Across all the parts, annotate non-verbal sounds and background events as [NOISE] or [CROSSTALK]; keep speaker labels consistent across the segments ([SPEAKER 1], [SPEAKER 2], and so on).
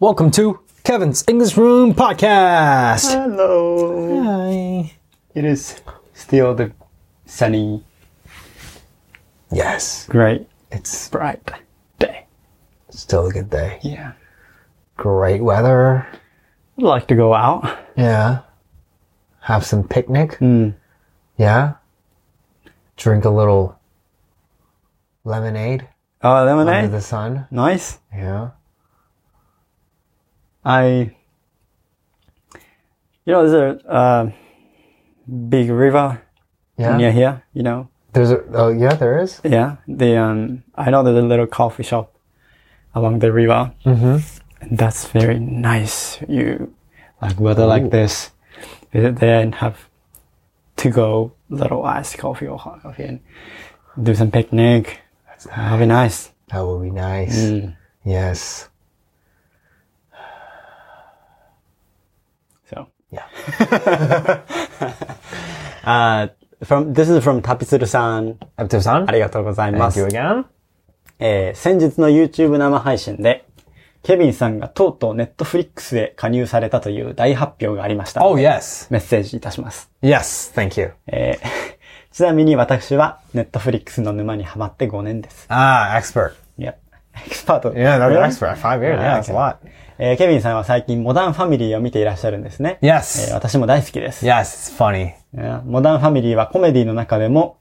[SPEAKER 1] Welcome to Kevin's English Room Podcast.
[SPEAKER 2] Hello.
[SPEAKER 1] Hi.
[SPEAKER 2] It is still the sunny,
[SPEAKER 1] Yes,
[SPEAKER 2] great,
[SPEAKER 1] it's
[SPEAKER 2] bright day.
[SPEAKER 1] still a good day.
[SPEAKER 2] Yeah.
[SPEAKER 1] Great weather.
[SPEAKER 2] I'd like to go out.
[SPEAKER 1] Yeah. Have some picnic.
[SPEAKER 2] Mm.
[SPEAKER 1] Yeah. Drink a little lemonade
[SPEAKER 2] Oh,
[SPEAKER 1] under
[SPEAKER 2] lemonade.
[SPEAKER 1] Uh, the sun.
[SPEAKER 2] Nice.
[SPEAKER 1] Yeah.
[SPEAKER 2] I. You know, there's a uh, big river
[SPEAKER 1] Yeah.
[SPEAKER 2] near here. You know.
[SPEAKER 1] There's a oh yeah there is.
[SPEAKER 2] Yeah. The um, I know there's a little coffee shop along the river.
[SPEAKER 1] Mhm.
[SPEAKER 2] And that's very nice. You like weather
[SPEAKER 1] Ooh.
[SPEAKER 2] like this, visit there and have to go little iced coffee or hot coffee and do some picnic.
[SPEAKER 1] That's
[SPEAKER 2] That'll be nice.
[SPEAKER 1] That would be nice. Yes.
[SPEAKER 2] So
[SPEAKER 1] Yeah.
[SPEAKER 2] uh, from this is from タピツルさん、
[SPEAKER 1] Up to sun.
[SPEAKER 2] ありがとうございま
[SPEAKER 1] Thank you
[SPEAKER 2] す。
[SPEAKER 1] again.
[SPEAKER 2] えー先日の YouTube 生配信で。ケビンさんがとうとう Netflix へ加入されたという大発表がありました。
[SPEAKER 1] Oh yes.
[SPEAKER 2] メッセージいたします。
[SPEAKER 1] Yes. Thank you.
[SPEAKER 2] えー [LAUGHS] ちなみに私は Netflix の沼にハマって5年です。
[SPEAKER 1] Ah, expert. Ah,
[SPEAKER 2] いや、エキスパート。
[SPEAKER 1] Yeah, that's
[SPEAKER 2] えー
[SPEAKER 1] expert. Five years. Yeah, that's a lot.
[SPEAKER 2] えーケビンさんは最近モダンファミリーを見ていらっしゃるんですね。えー
[SPEAKER 1] Yes.
[SPEAKER 2] 私も大好きです、
[SPEAKER 1] Yes. It's funny.
[SPEAKER 2] えーモダンファミリーはコメディの中でも、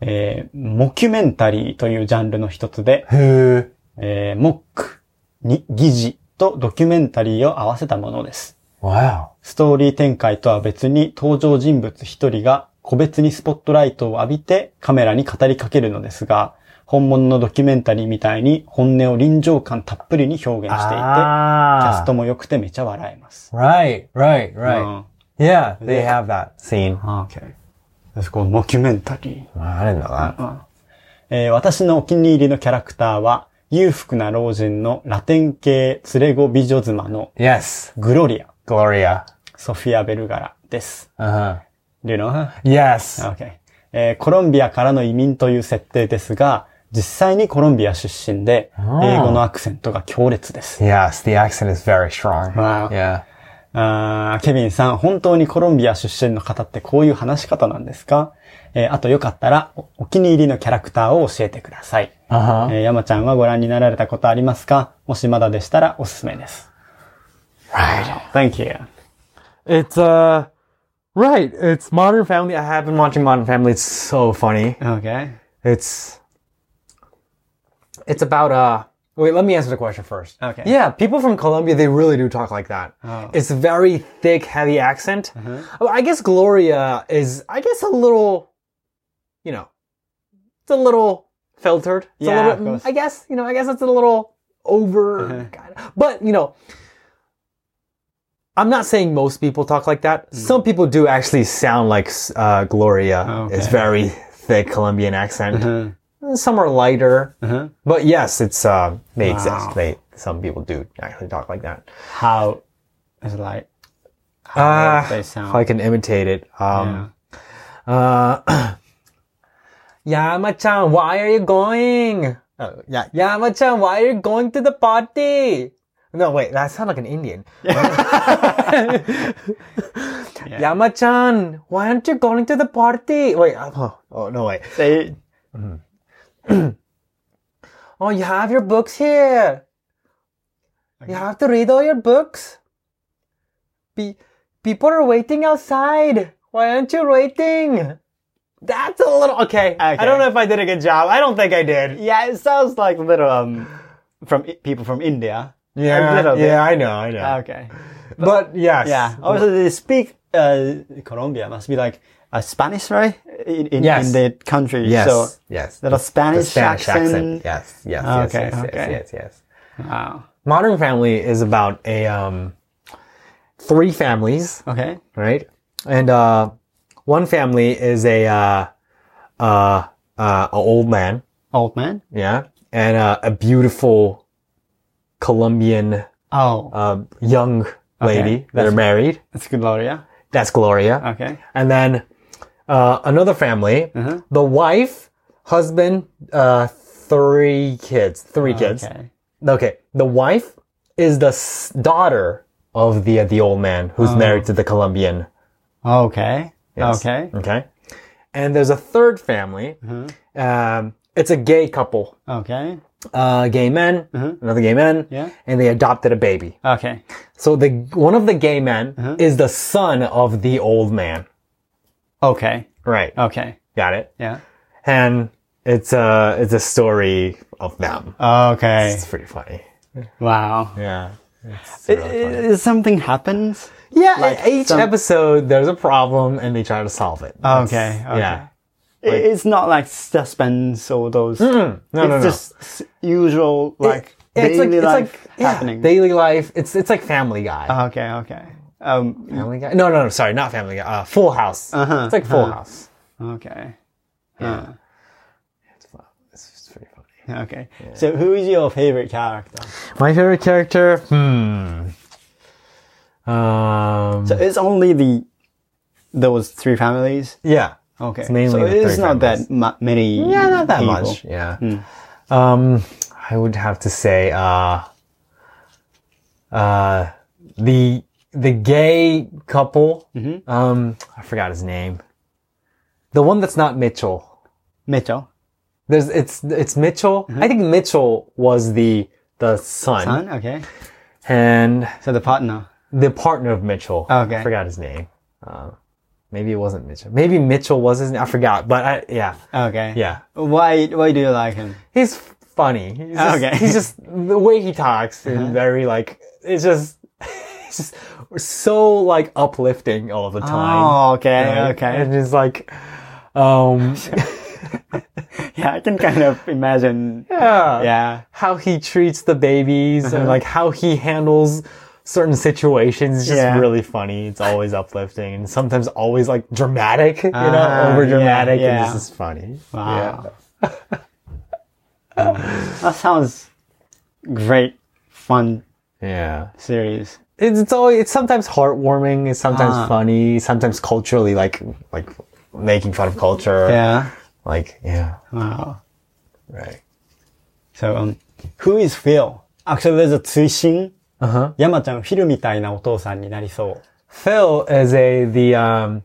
[SPEAKER 2] えーモキュメンタリーというジャンルの一つで、
[SPEAKER 1] Who?
[SPEAKER 2] えーモック、に疑似とドキュメンタリーを合わせたものです。
[SPEAKER 1] Wow.
[SPEAKER 2] ストーリー展開とは別に登場人物一人が個別にスポットライトを浴びてカメラに語りかけるのですが、本物のドキュメンタリーみたいに本音を臨場感たっぷりに表現していて、キャス
[SPEAKER 1] Ah.
[SPEAKER 2] トも良くてめちゃ笑えます。
[SPEAKER 1] Right. Right. Right.
[SPEAKER 2] うん
[SPEAKER 1] Yeah. They
[SPEAKER 2] Yeah.
[SPEAKER 1] have that scene.
[SPEAKER 2] あーこのモキュメンタリー。
[SPEAKER 1] Wow, I didn't know that.
[SPEAKER 2] えー私のお気に入りのキャラクターは、裕福な老人のラテン系連れ子美女妻の
[SPEAKER 1] Yes.
[SPEAKER 2] グロリア、
[SPEAKER 1] Gloria.
[SPEAKER 2] ソフィア・ベルガラです。
[SPEAKER 1] Uh huh.
[SPEAKER 2] Do you know her?
[SPEAKER 1] Yes.
[SPEAKER 2] Okay. えーコロンビアからの移民という設定ですが、実際にコロンビア出身で、英
[SPEAKER 1] あー
[SPEAKER 2] 語のアクセントが強烈です。
[SPEAKER 1] Yes. The accent is very strong.
[SPEAKER 2] Wow.
[SPEAKER 1] Yeah.
[SPEAKER 2] あーケビンさん、本当にコロンビア出身の方ってこういう話し方なんですかえーあとよかったらお、お気に入りのキャラクターを教えてください。
[SPEAKER 1] Uh huh.
[SPEAKER 2] えー山ちゃんはご覧になられたことありますかもしまだでしたらおすすめです。
[SPEAKER 1] Right.
[SPEAKER 2] Thank you.
[SPEAKER 1] It's uh. Right. It's Modern Family. I have been watching Modern Family. It's so funny.
[SPEAKER 2] Okay.
[SPEAKER 1] It's. It's about uh. Wait, let me answer the question first.
[SPEAKER 2] Okay.
[SPEAKER 1] Yeah, people from Colombia, they really do talk like that.
[SPEAKER 2] Oh.
[SPEAKER 1] It's a very thick, heavy accent.
[SPEAKER 2] Uh-huh.
[SPEAKER 1] Well, I guess Gloria is, I guess, a little, you know, it's a little filtered. It's a
[SPEAKER 2] Yeah,
[SPEAKER 1] little
[SPEAKER 2] of course. Uh-huh.
[SPEAKER 1] I guess, you know, I guess it's a little over. God. But, you know, I'm not saying most people talk like
[SPEAKER 2] Hmm.
[SPEAKER 1] that. Some people do actually sound like uh, Gloria. It's
[SPEAKER 2] Okay.
[SPEAKER 1] very thick Colombian accent.
[SPEAKER 2] Uh-huh.
[SPEAKER 1] Some are lighter.
[SPEAKER 2] Uh-huh.
[SPEAKER 1] But yes, it's uh, they
[SPEAKER 2] Wow.
[SPEAKER 1] exist. They some people do actually talk like that.
[SPEAKER 2] How is it like? How
[SPEAKER 1] Ah,
[SPEAKER 2] they sound?
[SPEAKER 1] If I can imitate it, um, uh, Yama-chan, why are you going? Oh, yeah, Yama-chan, why are you going to the party? No, wait, that sounds like an [LAUGHS] Indian. Yama-chan, why aren't you going to the party? Wait, oh, oh no, wait.
[SPEAKER 2] They,
[SPEAKER 1] Oh, you have your books here. You have to read all your books. Be- people are waiting outside. Why aren't you waiting? That's a little okay. I
[SPEAKER 2] Okay.
[SPEAKER 1] don't know if I did a good job. I don't think I did.
[SPEAKER 2] Yeah, it sounds like little um from I- people from India. A little bit.
[SPEAKER 1] yeah, I know, I know.
[SPEAKER 2] Okay.
[SPEAKER 1] but yes,
[SPEAKER 2] Yeah. Oh, Also, they speak uh, Colombia must be like a Spanish, right? In in,
[SPEAKER 1] Yes.
[SPEAKER 2] in the country.
[SPEAKER 1] yes,
[SPEAKER 2] So
[SPEAKER 1] yes,
[SPEAKER 2] little Spanish, accent.
[SPEAKER 1] Yes, yes,
[SPEAKER 2] yes, Okay, yes, yes, okay.
[SPEAKER 1] yes, yes.
[SPEAKER 2] Wow.
[SPEAKER 1] Modern Family is about a um, three families.
[SPEAKER 2] Okay.
[SPEAKER 1] right? And uh, one family is a uh, uh, uh, a old man,
[SPEAKER 2] Old man.
[SPEAKER 1] yeah, and uh, a beautiful Colombian
[SPEAKER 2] Oh,
[SPEAKER 1] uh, young lady. They're
[SPEAKER 2] that's-
[SPEAKER 1] married.
[SPEAKER 2] that's Gloria.
[SPEAKER 1] That's Gloria.
[SPEAKER 2] Okay.
[SPEAKER 1] And then uh, another family,
[SPEAKER 2] Uh-huh.
[SPEAKER 1] the wife, husband, uh, three kids, three kids.
[SPEAKER 2] Okay.
[SPEAKER 1] Okay, the wife, is the s- daughter of the the old man
[SPEAKER 2] Oh.
[SPEAKER 1] who's married to the Colombian.
[SPEAKER 2] Okay.
[SPEAKER 1] Yes.
[SPEAKER 2] Okay.
[SPEAKER 1] Okay. And there's a third family.
[SPEAKER 2] Uh-huh.
[SPEAKER 1] Um, it's a gay couple,
[SPEAKER 2] Okay.
[SPEAKER 1] uh, gay men, another gay man,
[SPEAKER 2] Uh-huh. Yeah.
[SPEAKER 1] and they adopted a baby.
[SPEAKER 2] Okay.
[SPEAKER 1] So the one of the gay men
[SPEAKER 2] Uh-huh.
[SPEAKER 1] is the son of the old man.
[SPEAKER 2] Okay.
[SPEAKER 1] Right.
[SPEAKER 2] Okay.
[SPEAKER 1] Got it.
[SPEAKER 2] Yeah.
[SPEAKER 1] And it's a it's a story of them.
[SPEAKER 2] Okay.
[SPEAKER 1] It's pretty funny.
[SPEAKER 2] Wow.
[SPEAKER 1] Yeah. It's
[SPEAKER 2] I- I- something happens.
[SPEAKER 1] yeah. e-,
[SPEAKER 2] like
[SPEAKER 1] each
[SPEAKER 2] some-
[SPEAKER 1] episode, there's a problem, and they try to solve it.
[SPEAKER 2] Okay. okay.
[SPEAKER 1] Yeah.
[SPEAKER 2] I- it's not like suspense or those.
[SPEAKER 1] No,
[SPEAKER 2] it's
[SPEAKER 1] no, no.
[SPEAKER 2] just s- usual like
[SPEAKER 1] it's like
[SPEAKER 2] daily
[SPEAKER 1] it's like
[SPEAKER 2] life
[SPEAKER 1] yeah,
[SPEAKER 2] happening. Uh-huh.
[SPEAKER 1] daily life. It's it's like Family Guy.
[SPEAKER 2] okay. Okay. Um.
[SPEAKER 1] Family Guy. No, no, no. Sorry, not Family Guy. Uh, Full House.
[SPEAKER 2] Uh-huh,
[SPEAKER 1] it's like Full House.
[SPEAKER 2] Okay.
[SPEAKER 1] Yeah. It's, fun. It's, it's pretty funny.
[SPEAKER 2] Ah, Okay. So, who is your favorite character?
[SPEAKER 1] My favorite character. Hmm. Um.
[SPEAKER 2] So it's only the those three families.
[SPEAKER 1] yeah.
[SPEAKER 2] Okay.
[SPEAKER 1] mainly
[SPEAKER 2] so
[SPEAKER 1] the
[SPEAKER 2] it's
[SPEAKER 1] three
[SPEAKER 2] not
[SPEAKER 1] families.
[SPEAKER 2] that mu- many.
[SPEAKER 1] Yeah, not that
[SPEAKER 2] people.
[SPEAKER 1] much. Yeah.
[SPEAKER 2] Hmm.
[SPEAKER 1] Um, I would have to say, uh, uh, the the gay couple.
[SPEAKER 2] Mm-hmm.
[SPEAKER 1] Um, I forgot his name. The one that's not Mitchell.
[SPEAKER 2] Mitchell.
[SPEAKER 1] There's it's it's Mitchell. I think Mitchell was the the son,
[SPEAKER 2] Mm-hmm. Son. Okay.
[SPEAKER 1] and
[SPEAKER 2] So the partner.
[SPEAKER 1] the partner of Mitchell.
[SPEAKER 2] Okay.
[SPEAKER 1] I forgot his name. Uh, maybe it wasn't Mitchell. Maybe Mitchell was his name. I forgot, but I, yeah,
[SPEAKER 2] Okay.
[SPEAKER 1] yeah.
[SPEAKER 2] Why? Why do you like him?
[SPEAKER 1] he's funny. He's just,
[SPEAKER 2] Okay. Uh-huh.
[SPEAKER 1] He's just the way he talks is very like it's just [LAUGHS] it's just so like uplifting all the time.
[SPEAKER 2] Oh, okay.
[SPEAKER 1] right?
[SPEAKER 2] Okay. [LAUGHS]
[SPEAKER 1] And it's like um
[SPEAKER 2] Yeah, I can kind of imagine.
[SPEAKER 1] yeah,
[SPEAKER 2] [LAUGHS] Yeah. Uh-huh.
[SPEAKER 1] how he treats the babies and like how he handles certain situations is just
[SPEAKER 2] Yeah.
[SPEAKER 1] really funny. It's always uplifting and sometimes always like dramatic, you know,
[SPEAKER 2] Ah,
[SPEAKER 1] over
[SPEAKER 2] yeah,
[SPEAKER 1] dramatic
[SPEAKER 2] yeah.
[SPEAKER 1] and it's just funny.
[SPEAKER 2] Wow. [LAUGHS] That sounds great. Fun
[SPEAKER 1] Yeah. Yeah.
[SPEAKER 2] series.
[SPEAKER 1] it's, it's always it's sometimes heartwarming it's sometimes
[SPEAKER 2] Ah.
[SPEAKER 1] funny sometimes culturally like like making fun of culture
[SPEAKER 2] Yeah.
[SPEAKER 1] like yeah
[SPEAKER 2] Wow.
[SPEAKER 1] right
[SPEAKER 2] So, um, who is Phil? Actually, there's a 追伸。
[SPEAKER 1] uh-huh
[SPEAKER 2] 山ちゃん、フィルみたいなお父さんになりそう。
[SPEAKER 1] phil is a the um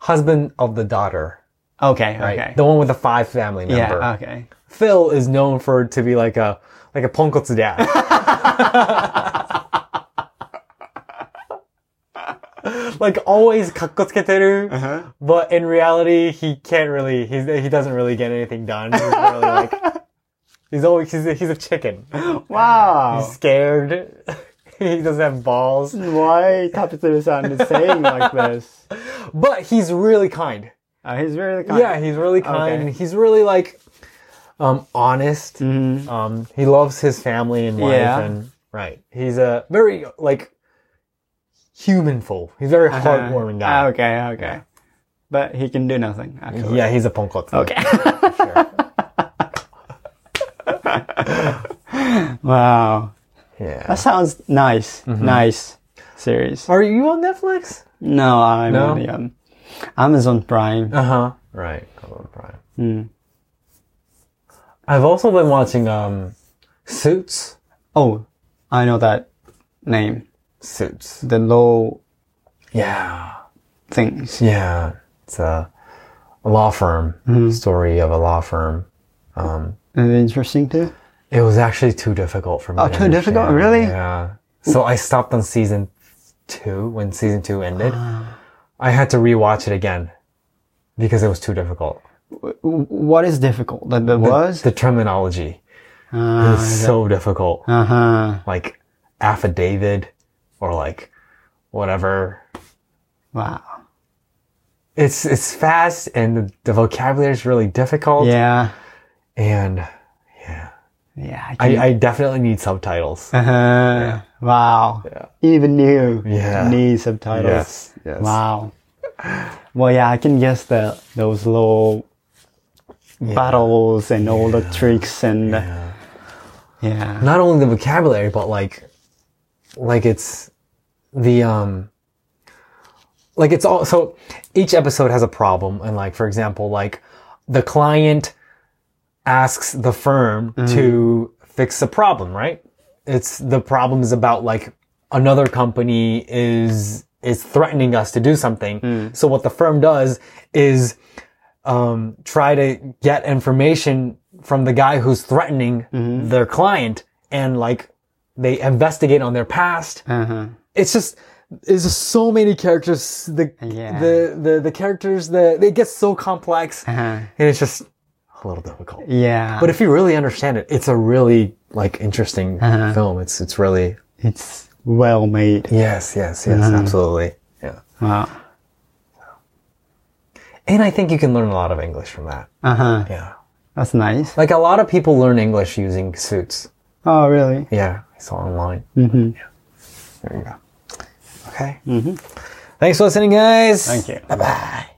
[SPEAKER 1] husband of the daughter
[SPEAKER 2] Okay,
[SPEAKER 1] right
[SPEAKER 2] okay.
[SPEAKER 1] the one with the five family member
[SPEAKER 2] Yeah, uh, okay.
[SPEAKER 1] phil is known for to be like a like a punkotsu dad [LAUGHS] like always かっこつけてる but in reality he can't really he's, he doesn't really get anything done he's really like he's always he's a, he's a chicken
[SPEAKER 2] Wow.
[SPEAKER 1] scared [LAUGHS] he doesn't have balls
[SPEAKER 2] Why Tapitsuru-san is saying like this?
[SPEAKER 1] but he's really kind
[SPEAKER 2] Uh, he's really kind.
[SPEAKER 1] yeah he's really kind
[SPEAKER 2] Okay.
[SPEAKER 1] he's really like um honest um he loves his family and wife
[SPEAKER 2] Mm-hmm. Yeah.
[SPEAKER 1] and right he's a very like humanful he's a very
[SPEAKER 2] Uh,
[SPEAKER 1] heartwarming guy
[SPEAKER 2] ah, Okay, okay. But he can do nothing, actually.
[SPEAKER 1] Yeah, he's a punkotsu.
[SPEAKER 2] Oh, Okay. [LAUGHS] wow.
[SPEAKER 1] Yeah.
[SPEAKER 2] That sounds nice.
[SPEAKER 1] Mm-hmm.
[SPEAKER 2] Nice series.
[SPEAKER 1] Are you on Netflix?
[SPEAKER 2] No, I'm
[SPEAKER 1] No?
[SPEAKER 2] on the, um, Amazon Prime.
[SPEAKER 1] Uh huh. Right. I'm on Prime.
[SPEAKER 2] Hmm.
[SPEAKER 1] I've also been watching um, Suits.
[SPEAKER 2] Oh, I know that name.
[SPEAKER 1] Suits.
[SPEAKER 2] The law
[SPEAKER 1] Yeah.
[SPEAKER 2] things.
[SPEAKER 1] Yeah. It's a, a law firm
[SPEAKER 2] Hmm.
[SPEAKER 1] story of a law firm.
[SPEAKER 2] Is it interesting too?
[SPEAKER 1] It was actually too difficult for me.
[SPEAKER 2] Oh,
[SPEAKER 1] to
[SPEAKER 2] too difficult?
[SPEAKER 1] understand.
[SPEAKER 2] Really?
[SPEAKER 1] Yeah. So I stopped on season two when season two ended.
[SPEAKER 2] Ah.
[SPEAKER 1] I had to rewatch it again because it was too difficult.
[SPEAKER 2] W- What is difficult? That there was?
[SPEAKER 1] The terminology
[SPEAKER 2] Ah,
[SPEAKER 1] is so difficult.
[SPEAKER 2] uh-huh.
[SPEAKER 1] like affidavit or like whatever.
[SPEAKER 2] Wow.
[SPEAKER 1] It's it's fast and the, the vocabulary is really difficult.
[SPEAKER 2] Yeah.
[SPEAKER 1] And
[SPEAKER 2] Yeah. I
[SPEAKER 1] I,
[SPEAKER 2] can-
[SPEAKER 1] I definitely need subtitles.
[SPEAKER 2] uh-huh. Wow. Even you
[SPEAKER 1] Yeah.
[SPEAKER 2] need subtitles.
[SPEAKER 1] Yes.
[SPEAKER 2] Wow. Well, yeah, I can guess the those little battles and all the tricks and yeah.
[SPEAKER 1] Not only the vocabulary, but like like it's the um like it's all so each episode has a problem and like for example like the client asks the firm to fix a problem right it's the problems about like another company is is threatening us to do something. So what the firm does is um, try to get information from the guy who's threatening
[SPEAKER 2] Mm-hmm.
[SPEAKER 1] their client, and like they investigate on their past.
[SPEAKER 2] Uh-huh.
[SPEAKER 1] It's just there's just so many characters. The
[SPEAKER 2] Yeah.
[SPEAKER 1] the, the the characters the it gets so complex,
[SPEAKER 2] Uh-huh.
[SPEAKER 1] and it's just a little difficult.
[SPEAKER 2] Yeah.
[SPEAKER 1] But if you really understand it, it's a really like interesting
[SPEAKER 2] Uh-huh.
[SPEAKER 1] film. It's it's really
[SPEAKER 2] it's well made.
[SPEAKER 1] yes, yes, yes,
[SPEAKER 2] Uh-huh.
[SPEAKER 1] absolutely. Yeah.
[SPEAKER 2] Wow.
[SPEAKER 1] And I think you can learn a lot of English from that.
[SPEAKER 2] Uh-huh.
[SPEAKER 1] Yeah.
[SPEAKER 2] That's nice.
[SPEAKER 1] Like a lot of people learn English using suits.
[SPEAKER 2] Oh, really?
[SPEAKER 1] Yeah, I saw online.
[SPEAKER 2] Mm-hmm.
[SPEAKER 1] There you go. Okay. Thanks for listening, guys.
[SPEAKER 2] Thank you.
[SPEAKER 1] Bye bye.